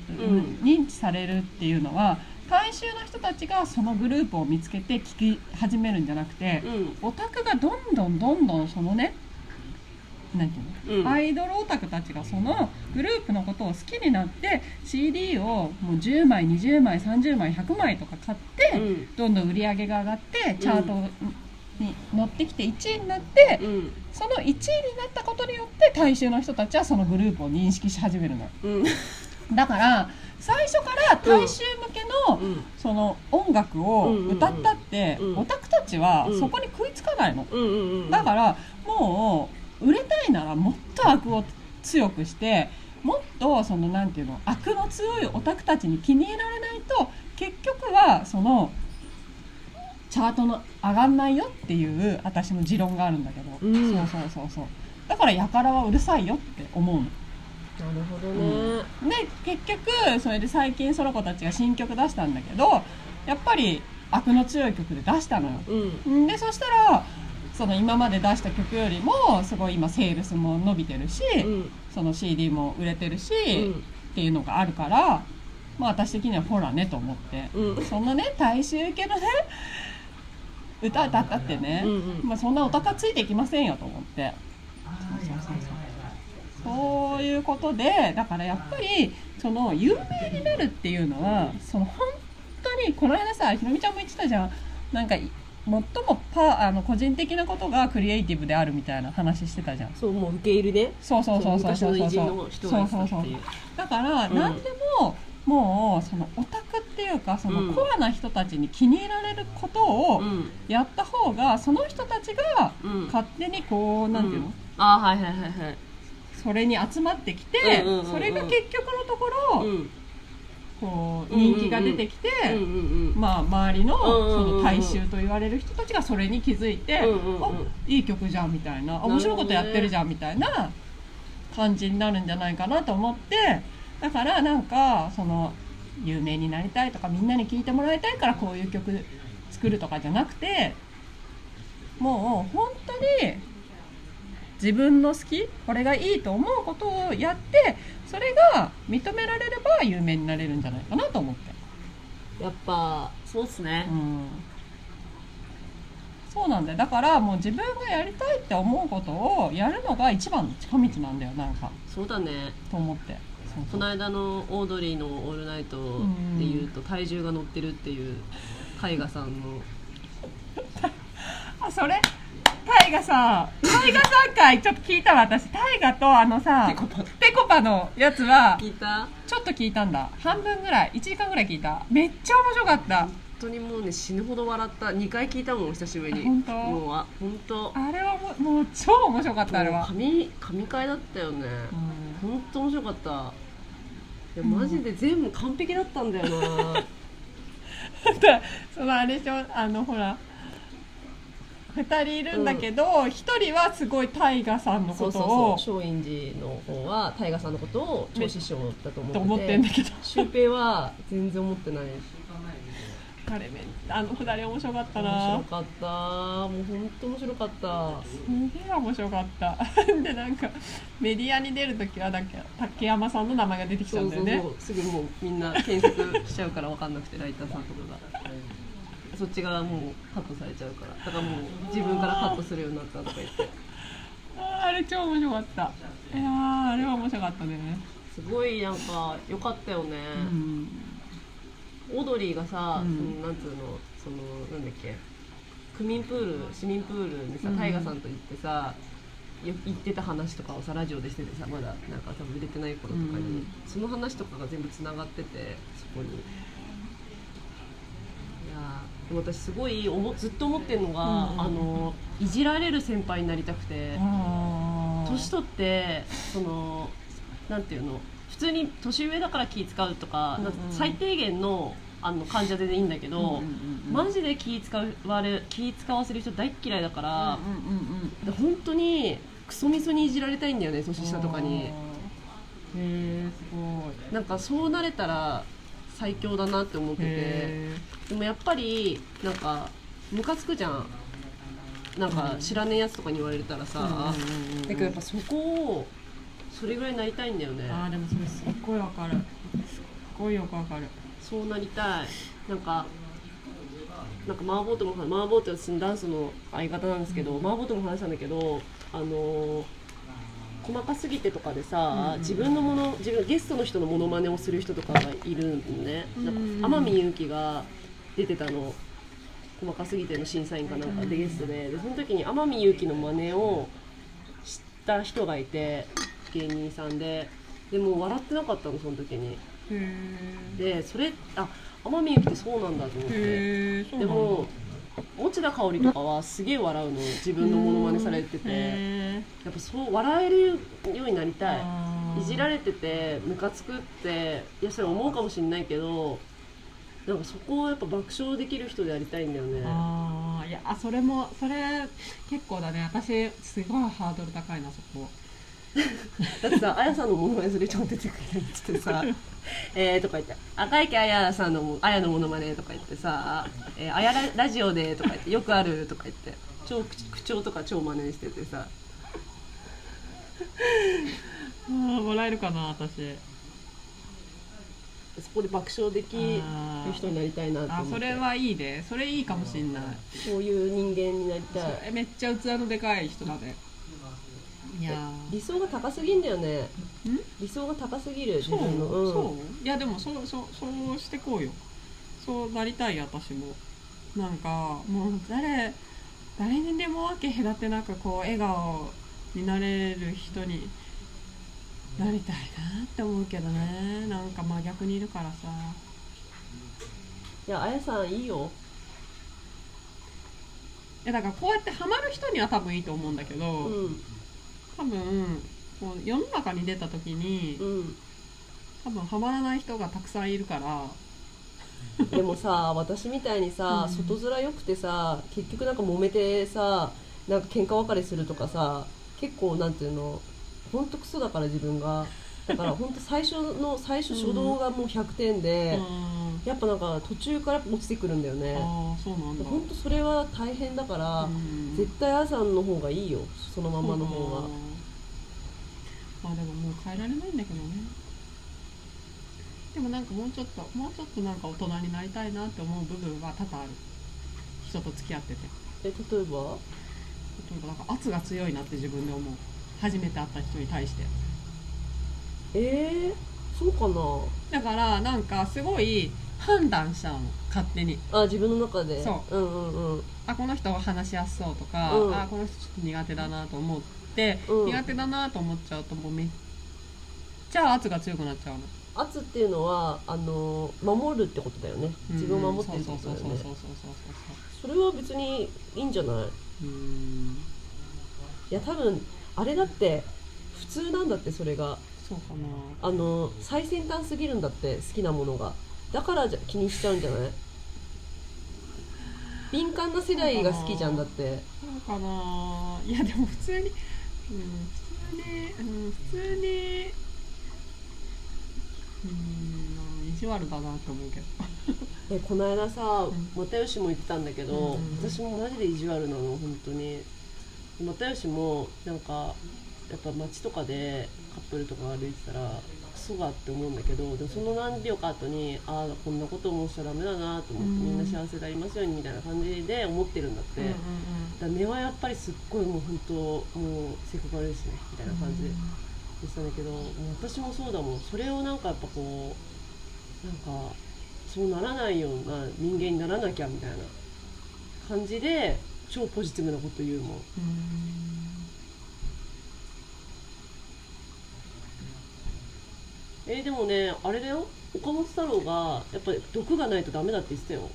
S2: 認知されるっていうのは大衆の人たちがそのグループを見つけて聞き始めるんじゃなくて、
S1: うん
S2: オタクがどんどんどんどんそのねなんていうの
S1: うん
S2: アイドルオタクたちがそのグループのことを好きになって CD をもう10枚20枚30枚100枚とか買って、
S1: うん
S2: どんどん売り上げが上がってチャートに乗ってきて1位になって、
S1: うん
S2: その1位になったことによって大衆の人たちはそのグループを認識し始めるの
S1: うん
S2: だから最初から大衆向けの、
S1: うん
S2: その音楽を歌ったって、
S1: うんうんうん
S2: オタクたちは
S1: うん
S2: そこに食いつかないの、
S1: うんうんうん
S2: だからもう売れたいならもっと悪を強くしてもっとそのなんていうの悪の強いオタクたちに気に入られないと結局はそのチャートの上がんないよっていう私の持論があるんだけど、
S3: うん
S2: そうそうそうそうだからやからはうるさいよって思うの。
S3: なるほどね、
S2: うで結局それで最近ソロ子たちが新曲出したんだけどやっぱり悪の強い曲で出したのよ。
S3: うん
S2: でそしたらその今まで出した曲よりもすごい今セールスも伸びてるし、
S3: うん
S2: その CD も売れてるし、
S3: うん
S2: っていうのがあるから、まあ、私的にはほらねと思って、
S3: うん
S2: そんなね大衆受けのね歌歌ったってね、
S3: うんうん
S2: まあ、そんなお高ついていきませんよと思ってそうそうそうそうそういうことでだからやっぱりその有名になるっていうのはその本当にこの間さひろみちゃんも言ってたじゃんなんかい最もパあの個人的なことがクリエイティブであるみたいな話してたじゃん
S3: そうもう受け入れで
S2: そうそうそうそうそ
S1: 昔の
S2: うそう
S1: 偉
S2: そ
S1: 人
S2: う
S1: の人
S2: そ
S1: が
S2: う
S1: さ
S2: そ
S1: って
S2: うそう
S1: いう
S2: だから
S1: うん
S2: 何でも、もうそのオタクっていうかそ
S1: うん
S2: のコアな人たちに気に入られることを
S1: うん
S2: やった方がその人たちが
S1: うん
S2: 勝手にこうなんていうの、
S1: んあーはいはいはいはい
S2: それに集まってきて、
S1: うんうんうんうん
S2: それが結局のところ、
S1: うん
S2: こう人気が出てきて、
S1: うんうんうん
S2: まあ、周りの
S1: うんうんうんうん
S2: その大衆と言われる人たちがそれに気づいて、
S1: うんうんうん
S2: あいい曲じゃんみたいな
S1: ほどね
S2: 面白いことやってるじゃんみたいな感じになるんじゃないかなと思ってだからなんかその有名になりたいとかみんなに聴いてもらいたいからこういう曲作るとかじゃなくてもう本当に自分の好きこれがいいと思うことをやってそれが認められれば有名になれるんじゃないかなと思って、
S3: やっぱ
S1: そうっすね
S2: う。ん、そうなんだよだからもう自分がやりたいって思うことをやるのが一番の近道なんだよなんか
S1: そうだね。
S2: と思ってそう
S1: この間のオードリーの「オールナイト」でいうと体重が乗ってるっていう絵画さんの
S2: あそれタイガさんタイガさん回ちょっと聞いたわ私タイガとあのさペコパのやつは
S1: 聞いた
S2: ちょっと聞いたんだ半分ぐらい1時間ぐらい聞いためっちゃ面白かった
S1: 本当にもうね死ぬほど笑った2回聞いたもん久しぶりに
S2: あ本当
S1: もうあ本当
S2: あれはもうもう超面白かったあれは、
S1: 神神回だったよね本当面白かったいやマジで全部完璧だったんだよな
S2: だそのあれでしょあのほら2人いるんだけど、一1人はすごいタイガさんの
S3: そ
S2: こ
S3: う
S2: と
S3: そう
S2: を
S3: そう松陰寺の方は大河さんのことを超師匠だと思って
S2: と
S3: て
S2: 思ってんだけど
S3: シュウペイは全然思ってない
S2: あれめあの2人面白かった
S3: 面
S2: な
S3: 白かったもう本当面白かった
S2: すげえ面白かった でなんかメディアに出る時はなんか竹山さんの名前が出てきた
S1: そ
S2: ん
S1: う
S2: だ
S1: そ
S2: よ
S1: う
S2: ね
S1: そうすぐもうみんな検索しちゃうから分かんなくてライターさんとかがそっち側もうカットされちゃうからだからもう自分からカットするようになったとか言って
S2: あーあれ超面白かったいやーあれは面白かったね、
S1: すごいなんか良かったよね、
S2: うん、
S1: オードリーがさ、
S2: うん
S1: そのなんつうのそのなんだっけ区民プール市民プールにさ
S2: うん
S1: 大ガさんと行ってさ、よ行ってた話とかをさラジオでしててさまだなんか多分売れてない頃とかに、
S2: うん
S1: その話とかが全部つながっててそこにいやーでも私すごい思ずっと思ってるのが、
S2: うん
S1: あのいじられる先輩になりたくて、
S2: あー
S1: 年取ってそのなんていうの普通に年上だから気使うとか,、
S2: うんうん
S1: 最低限のあの患者でいいんだけど、
S2: うんうんうん
S1: マジで気使われ気使わせる人大っ嫌いだから
S2: う、んうんうんうん
S1: で本当にクソみそにいじられたいんだよね年下とかに
S2: へえすごい
S1: なんかそうなれたら最強だなって思ってて
S2: へ
S1: でもやっぱりなんかムカつくじゃんなんか知らねえやつとかに言われたらさ、
S2: ー
S1: だけどやっぱそこをそれぐらいなりたいんだよね
S2: あーでもそれすっごいわかるすっごいよくわかる
S1: そうなりたいなんかなんか麻婆豆腐も麻婆豆腐はダンスの相方なんですけど、麻婆豆腐も話したんだけどあのー細かすぎてとかでさ、自分のもの自分ゲストの人のモノマネをする人とかがいるのね、なんか
S2: うん
S1: 天海祐希が出てたの細かすぎての審査員かなんかでゲストででその時に天海祐希の真似をした人がいて芸人さんででも笑ってなかったのその時に。
S2: へ
S1: でそれあ天海祐希ってそうなんだと思って
S2: えそう
S1: で
S2: なんだ
S1: も持田香織とかはすげえ笑うの自分のモノマネされてて
S2: へ
S1: やっぱそう笑えるようになりたい
S2: ー
S1: いじられててムカつくっていやそれ思うかもしれないけどなんかそこをやっぱ爆笑できる人でありたいんだよね
S2: あーいやあそれもそれ結構だね私すごいハードル高いなそこ
S1: だってさあやさんのモノマネする人も出てくるっつって さ「えー」とか言って「赤池あやさんのもあやのモノマネ」とか言ってさ「えー、あやララジオで」とか言って「よくある」とか言って超口口調とか超真似しててさ
S2: あーもらえるかな私
S1: そこで爆笑できる
S2: あー
S1: 人になりたいなと思っ
S2: あ
S1: て
S2: それはいいねそれいいかもしんない
S1: そういう人間になりた
S2: そ
S1: い
S2: れめっちゃ器のでかい人だねいや
S1: 理想が高すぎんだよね
S2: ーん
S1: 理想が高すぎる自
S2: そう、
S1: 分のうん
S2: そういやでもそうそうそうしてこうよそうなりたい私もなんかもう誰誰にでもわけ隔てなくこう笑顔になれる人になりたいなって思うけどねなんか真逆にいるからさ
S1: いやあやさんいいよ
S2: いやだからこうやってハマる人には多分いいと思うんだけど、
S1: うん
S2: 多分こう世の中に出た時に
S1: うん
S2: 多分ハマらない人がたくさんいるから
S1: でもさ私みたいにさ、
S2: うん
S1: 外面良くてさ結局なんか揉めてさなんか喧嘩別れするとかさ結構なんていうのほんとクソだから自分がだ から本当最初の最初初動がもう100点で、
S2: あ
S1: やっぱなんか途中から落ちてくるんだよ
S2: ー
S1: ね
S2: あーそうなんだ
S1: 本当それは大変だから、
S2: うん
S1: 絶対あさんの方がいいよそのままの方
S2: そう
S1: が
S2: だなまあでももう変えられないんだけどねでもなんかもうちょっともうちょっとなんか大人になりたいなって思う部分は多々ある人と付き合ってて
S1: え例えば
S2: 例えばなんか圧が強いなって自分で思う初めて会った人に対して
S1: えー、そうか
S2: だからなんかすごい判断しちゃうの勝手に
S1: なあ自分の中で
S2: そう
S1: うんうんうん
S2: あこの人は話しやすそうとか、
S1: うん
S2: あこの人ちょっと苦手だなと思って、
S1: うん
S2: 苦手だなと思っちゃうともうめっちゃ圧が強くなっちゃうの
S1: 圧っていうのはあの守るってことだよね自分を守ってるって
S2: そう
S1: こと
S2: そう
S1: だ
S2: そ
S1: よ
S2: うそう
S1: ね
S2: そうそう
S1: それは別にいいんじゃない
S2: そううん
S1: いや多分あれだって普通なんだってそれが
S2: そうかな
S1: あの最先端すぎるんだって好きなものがだからじゃ気にしちゃうんじゃ ない敏感な世代が好きじゃんだって
S2: そうかないやでも普通に、うん、普通に、うん、普通にうん意地悪だなって思うけど
S1: えこの間さ
S2: ん
S1: 又吉も言ってたんだけど、
S2: うんうん
S1: 私もマジで意地悪なの本当に又吉もなんかやっぱ街とかでカップルとか歩いてたらクソがって思うんだけどでもその何秒か後にああこんなこと思っちゃダメだなと思って、
S2: うん
S1: みんな幸せでありますようにみたいな感じで思ってるんだって、だから根はやっぱりすっごいもう本当もう性格悪いですねみたいな感じで言ってたんだけど、もう私もそうだもんそれをなんかやっぱこうなんかそうならないような人間にならなきゃみたいな感じで超ポジティブなこと言うもん
S2: うん
S1: えーでもねあれだよ岡本太郎がやっぱり毒がないとダメだって言ってたよ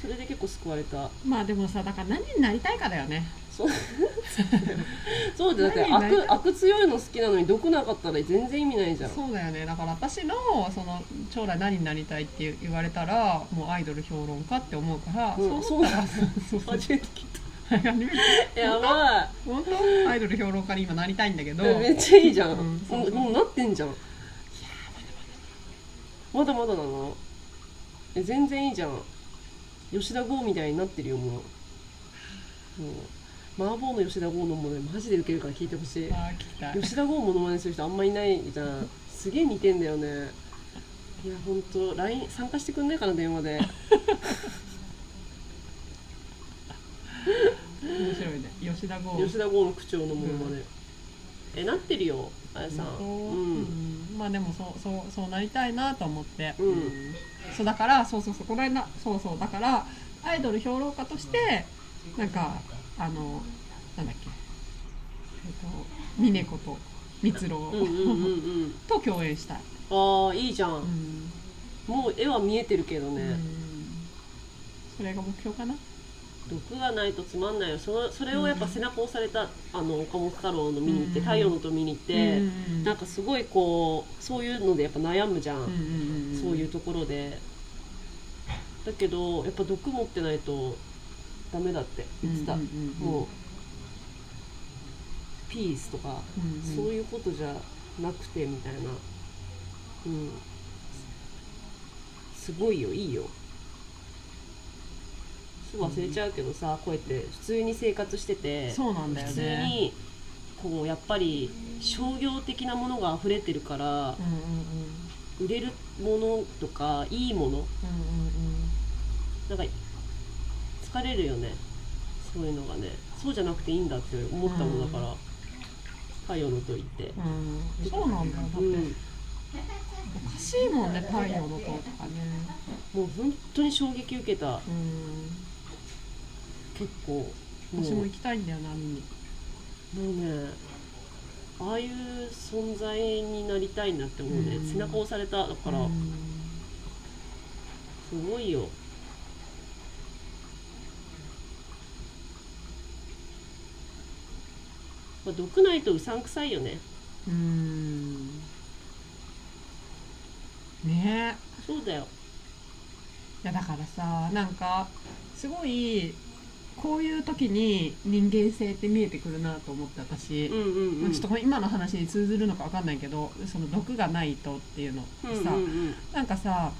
S1: それで結構救われた
S2: まあでもさだから何になりたいかだよね
S1: そうそうだよだって
S2: 何何
S1: 悪悪強いの好きなのに毒なかったら全然意味ないじゃん
S2: そうだよねだから私のその将来何になりたいって言われたらもうアイドル評論家って思うから、
S1: うん
S2: そう思ったら
S1: そ
S2: そうそう
S1: 初めて聞いや
S2: や
S1: ば
S2: 本当アイドル評論家に今なりたいんだけど
S1: いめっちゃいいじゃん、
S2: うんそうそう
S1: もうなってんじゃんまだまだなのえ全然いいじゃん吉田剛みたいになってるよもうもう麻婆の吉田剛のものマジでウケるから聞いてほしい
S2: あー聞きたい
S1: 吉田剛モノマネする人あんまいないじゃんすげえ似てんだよねいやほんと LINE 参加してくんないかな電話で
S2: 面白いね吉田剛
S1: 吉田剛の口調のモノマネ、えなってるよあやさん
S2: う
S1: うん、
S2: んまあでもそうそうそうなりたいなと思って、
S1: うん
S2: そうだからそうそうそうこの間そうそうだからアイドル評論家としてなんかあのなんだっけえっと峰子と蜜郎
S1: うんうんうんうん
S2: と共演したい、
S1: ああいいじゃ
S2: うんん
S1: もう絵は見えてるけど
S2: う
S1: ね、
S2: んそれが目標かな
S1: 毒がないとつまんないよそのそれをやっぱ背中を押されたあの岡本太郎の見に行って「
S2: うん
S1: 太陽の塔」見に行って、
S2: うん
S1: なんかすごいこうそういうのでやっぱ悩むじゃん、
S2: うんうんうん
S1: そういうところでだけどやっぱ毒持ってないとダメだって言ってた、
S2: うんうんうん
S1: もうピースとか、
S2: うんうん
S1: そういうことじゃなくてみたいなうんすごいよいいよすぐ忘れちゃうけどさ、こうやって普通に生活してて
S2: そうなんだよね
S1: 普通にこうやっぱり商業的なものが溢れてるから、
S2: うんうんうん
S1: 売れるものとかいいもの
S2: うんうんうん
S1: なんか疲れるよねそういうのがねそうじゃなくていいんだって思ったもんだから、太陽のと言って、
S2: うん、そうなんだよ。だって、
S1: うん
S2: おかしいもんね、太陽の塔とかね。
S1: もう本当に衝撃受けた
S2: うん。
S1: 結構もう
S2: 私も行きたいんだよな、見に。
S1: もうねああいう存在になりたいなって思うね、
S2: うん
S1: 背中押されただから、
S2: うん
S1: すごいよまあ毒ないとうさんくさいよね
S2: うん。ねえ。
S1: そうだよ
S2: いや、だからさ、なんか、すごい、こういう時に人間性って見えてくるなと思って私、
S1: うんうんうん
S2: ちょっとこれ今の話に通ずるのかわかんないけどその毒がないとっていうのってさ、
S1: うんうん
S2: なんかさ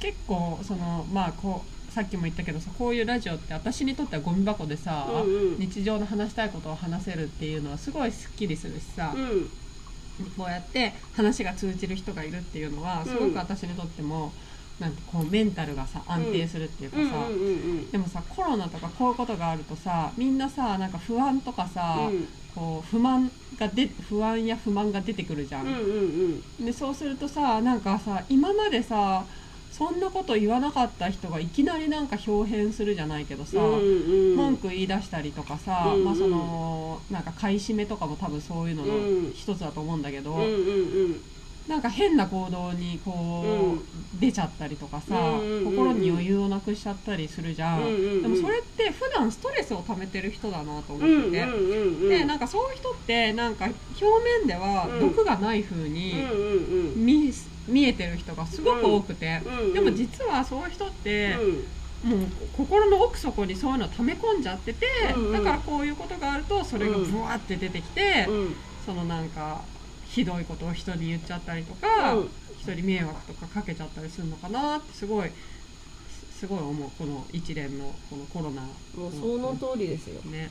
S2: 結構そのまあこうさっきも言ったけどさこういうラジオって私にとってはゴミ箱でさ、
S1: うんうん
S2: 日常の話したいことを話せるっていうのはすごいすっきりするしさ、
S1: うんうん
S2: こうやって話が通じる人がいるっていうのはすごく私にとっても、なんてこうメンタルがさ安定するっていうか
S1: うん
S2: さ、
S1: うんうん
S2: でもさコロナとかこういうことがあるとさみんなさなんか不安とかさ、
S1: うん
S2: こう不満がで不安や不満が出てくるじゃ
S1: うんうん
S2: でそうするとさなんかさ今までさそんなこと言わなかった人がいきなりなんか表変するじゃないけどさ、
S1: うんうん
S2: 文句言い出したりとかさ、
S1: うんうん
S2: まあ、そのなんか買い占めとかも多分そういうの
S1: う
S2: の
S1: ん
S2: 一つだと思うんだけど、
S1: うんうん
S2: なんか変な行動にこう、
S1: うん
S2: 出ちゃったりとかさ、
S1: うんうんうんうん
S2: 心に余裕をなくしちゃったりするじゃ
S1: う
S2: ん、
S1: んうんうん
S2: でもそれって普段ストレスを溜めてる人だなと
S1: う
S2: 思
S1: んうん
S2: ってて。
S1: うんうんうん
S2: でなんかそういう人ってなんか表面では
S1: うん
S2: 毒がない風に
S1: うんうん
S2: 見見えてる人がすごく多くて、
S1: うんうん
S2: でも実はそういう人って、
S1: うん
S2: もう心の奥底にそういうのを溜め込んじゃってて、
S1: うんうん
S2: だからこういうことがあるとそれがブワーって出てきて、
S1: うん
S2: そのなんかひどいことを人に言っちゃったりとか、
S1: うん
S2: 人に迷惑とかかけちゃったりするのかなってすごいすすごい思うこの一連のこのコロナ
S1: もうその通りですよ
S2: ね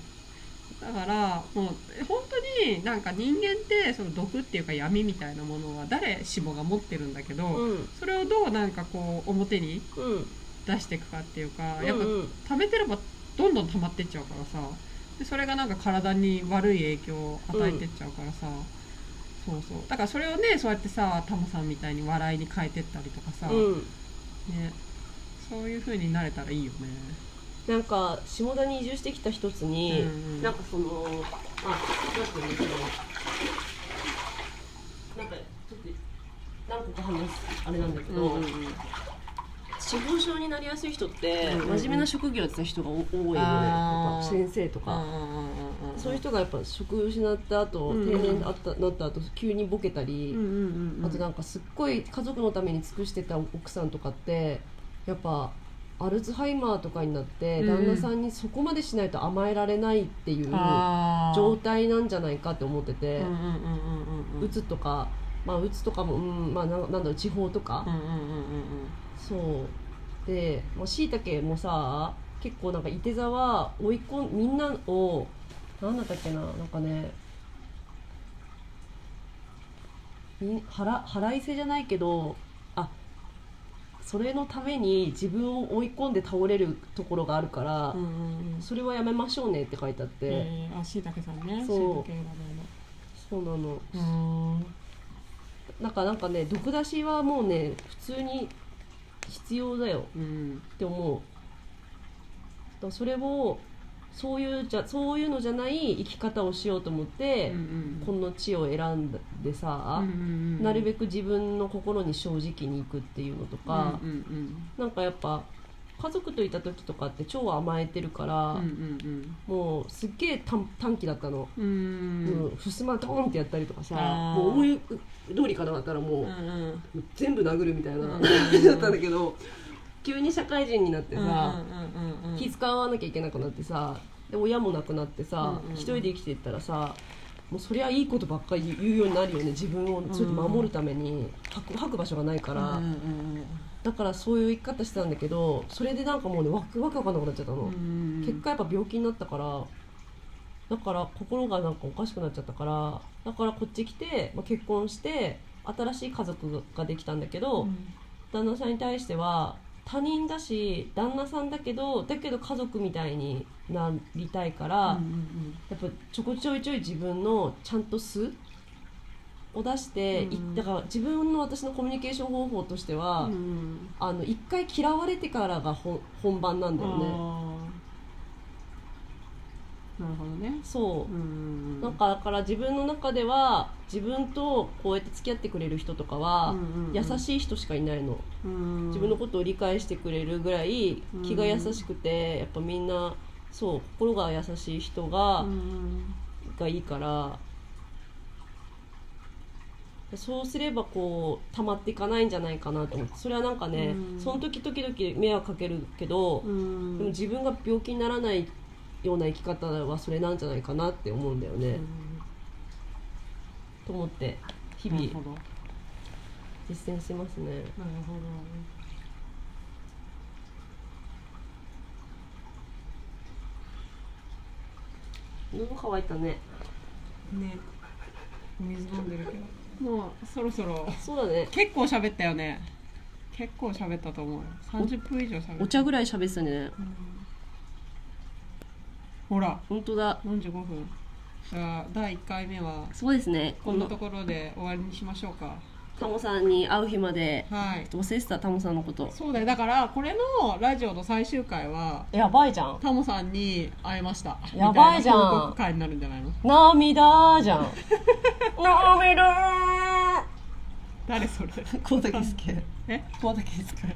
S2: だからもう本当になんか人間ってその毒っていうか闇みたいなものは誰しもが持ってるんだけど、
S1: うん
S2: それをどうなんかこう表に
S1: うん
S2: 出していくかっていうか、
S1: うん
S2: やっぱ
S1: うん
S2: 食べてればどんどん溜まってっちゃうからさでそれがなんか体に悪い影響を与えてっちゃうからさ、そうそうだからそれをねそうやってさタモさんみたいに笑いに変えてったりとかさ、
S1: うん
S2: ねそういう風になれたらいいよね。
S1: なんか下田に移住してきた一つに、
S2: うんうん
S1: なんかそのあなんかねそのなんかちょっと何個か話すあれなんだけど、
S2: うんうん
S1: 地方症になりやすい人って、
S2: うんうん
S1: 真面目な職業やってた人が多いので、や
S2: あー
S1: っぱ先生と
S2: うんう
S1: か、
S2: んうんうん
S1: そういう人がやっぱ職失った後、
S2: うんうん
S1: 定年あったなった後急にボケたり、
S2: うんうんうん
S1: あとなんかすっごい家族のために尽くしてた奥さんとかってやっぱアルツハイマーとかになって
S2: うん
S1: 旦那さんにそこまでしないと甘えられないっていう
S2: あー
S1: 状態なんじゃないかって思ってて
S2: うんうんうんうんうん
S1: うつとかまあうつとかもうんまあななんだろう地方と
S2: うん
S1: か
S2: うんうんうんうん
S1: そうでしいたけもさ結構なんかいて座は追い込んみんなを何だったっけななんかねみ腹腹いせじゃないけどあそれのために自分を追い込んで倒れるところがあるから、
S2: うんうんうん
S1: それはやめましょうねって書いてあって、
S2: えーあしいたけさんね
S1: そう
S2: 椎茸
S1: そうなの
S2: 占いのうーん
S1: なんかなんかね毒出しはもうね普通に必要だよ
S2: うん
S1: って思うだからそれをそういうじゃそういうのじゃない生き方をしようと思って、この地を選んでさ、なるべく自分の心に正直に行くっていうのとか、
S2: うんうん
S1: なんかやっぱ家族といた時とかって超甘えてるから、
S2: うんうん
S1: もうすっげえ短短期だったの、
S2: うんうん
S1: うん、ふすまドーンってやったりとかさ
S2: あー
S1: もう思い通りかなかったらもう、
S2: うん
S1: 全部殴るみたいな
S2: うん
S1: 感じだったんだけど急に社会人になってさ、
S2: うん
S1: 気遣わなきゃいけなくなってさで親も亡くなってさ、
S2: うんうん
S1: 一人で生きていったらさもうそりゃいいことばっかり言う言うようになるよね自分をそうやって守るために吐く吐く場所がないから、
S2: うん
S1: だからそういう生き方してたんだけどそれでなんかもうねわくわけわかんなくなっちゃったの、
S2: うんうん
S1: 結果やっぱ病気になったからだから心がなんかおかしくなっちゃったからだからこっち来て、まあ、結婚して新しい家族ができたんだけど、
S2: うん
S1: 旦那さんに対しては他人だし旦那さんだけどだけど家族みたいになりたいから、
S2: うんうん
S1: やっぱちょこちょいちょい自分のちゃんと素を出して、い
S2: うん
S1: だから自分の私のコミュニケーション方法としては、
S2: うん
S1: あの一回嫌われてからが本本番なんだよね。
S2: あーなるほどね
S1: そう
S2: う、ん
S1: なんかだから自分の中では自分とこうやって付き合ってくれる人とかは、優しい人しかいないの自
S2: 自
S1: 分のことを理解してくれるぐらい
S2: うん
S1: 気が優しくてやっぱみんなそう心が優しい人が,、
S2: うん
S1: がいいからそうすればこう溜まっていかないんじゃないかなと思ってそれはなんかね、
S2: うん
S1: その時々々迷惑かけるけど、
S2: うん
S1: でも自分が病気にならないような生き方はそれなんじゃないかなって思うんだよね、と思って日々
S2: なるほどなる
S1: 実践してますね、
S2: ほど
S1: 喉乾いたね
S2: ねお水飲んでるけどもうそろそろ
S1: そうだね
S2: 結構喋ったよね結構喋ったと思うよ30分以上喋った
S1: お茶ぐらい喋ってたね
S2: ほら
S1: 本当だ
S2: 45分じゃあ第1回目は
S1: そうですね
S2: こ
S1: こ
S2: んな
S1: の
S2: ところで終わりにしましょうか
S1: タモさんに会う日まで
S2: はい
S1: 忘れてたタモさんのこと
S2: そうだよだからこれのラジオの最終回は
S4: やばいじゃん
S2: タモさんに会えました
S4: やばいじゃん
S2: みたな報告会になるんじゃないの
S4: 涙 じゃん涙
S2: 誰それ
S4: 小竹助
S2: え
S4: 小竹助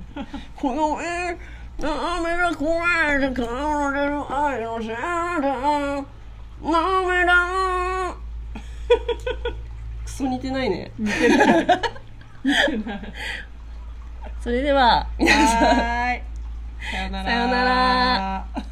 S4: この絵涙怖いで変われる愛のせいだ涙
S1: クソ似てないね
S2: ない
S1: それでは
S2: はーいさよなら
S1: さよなら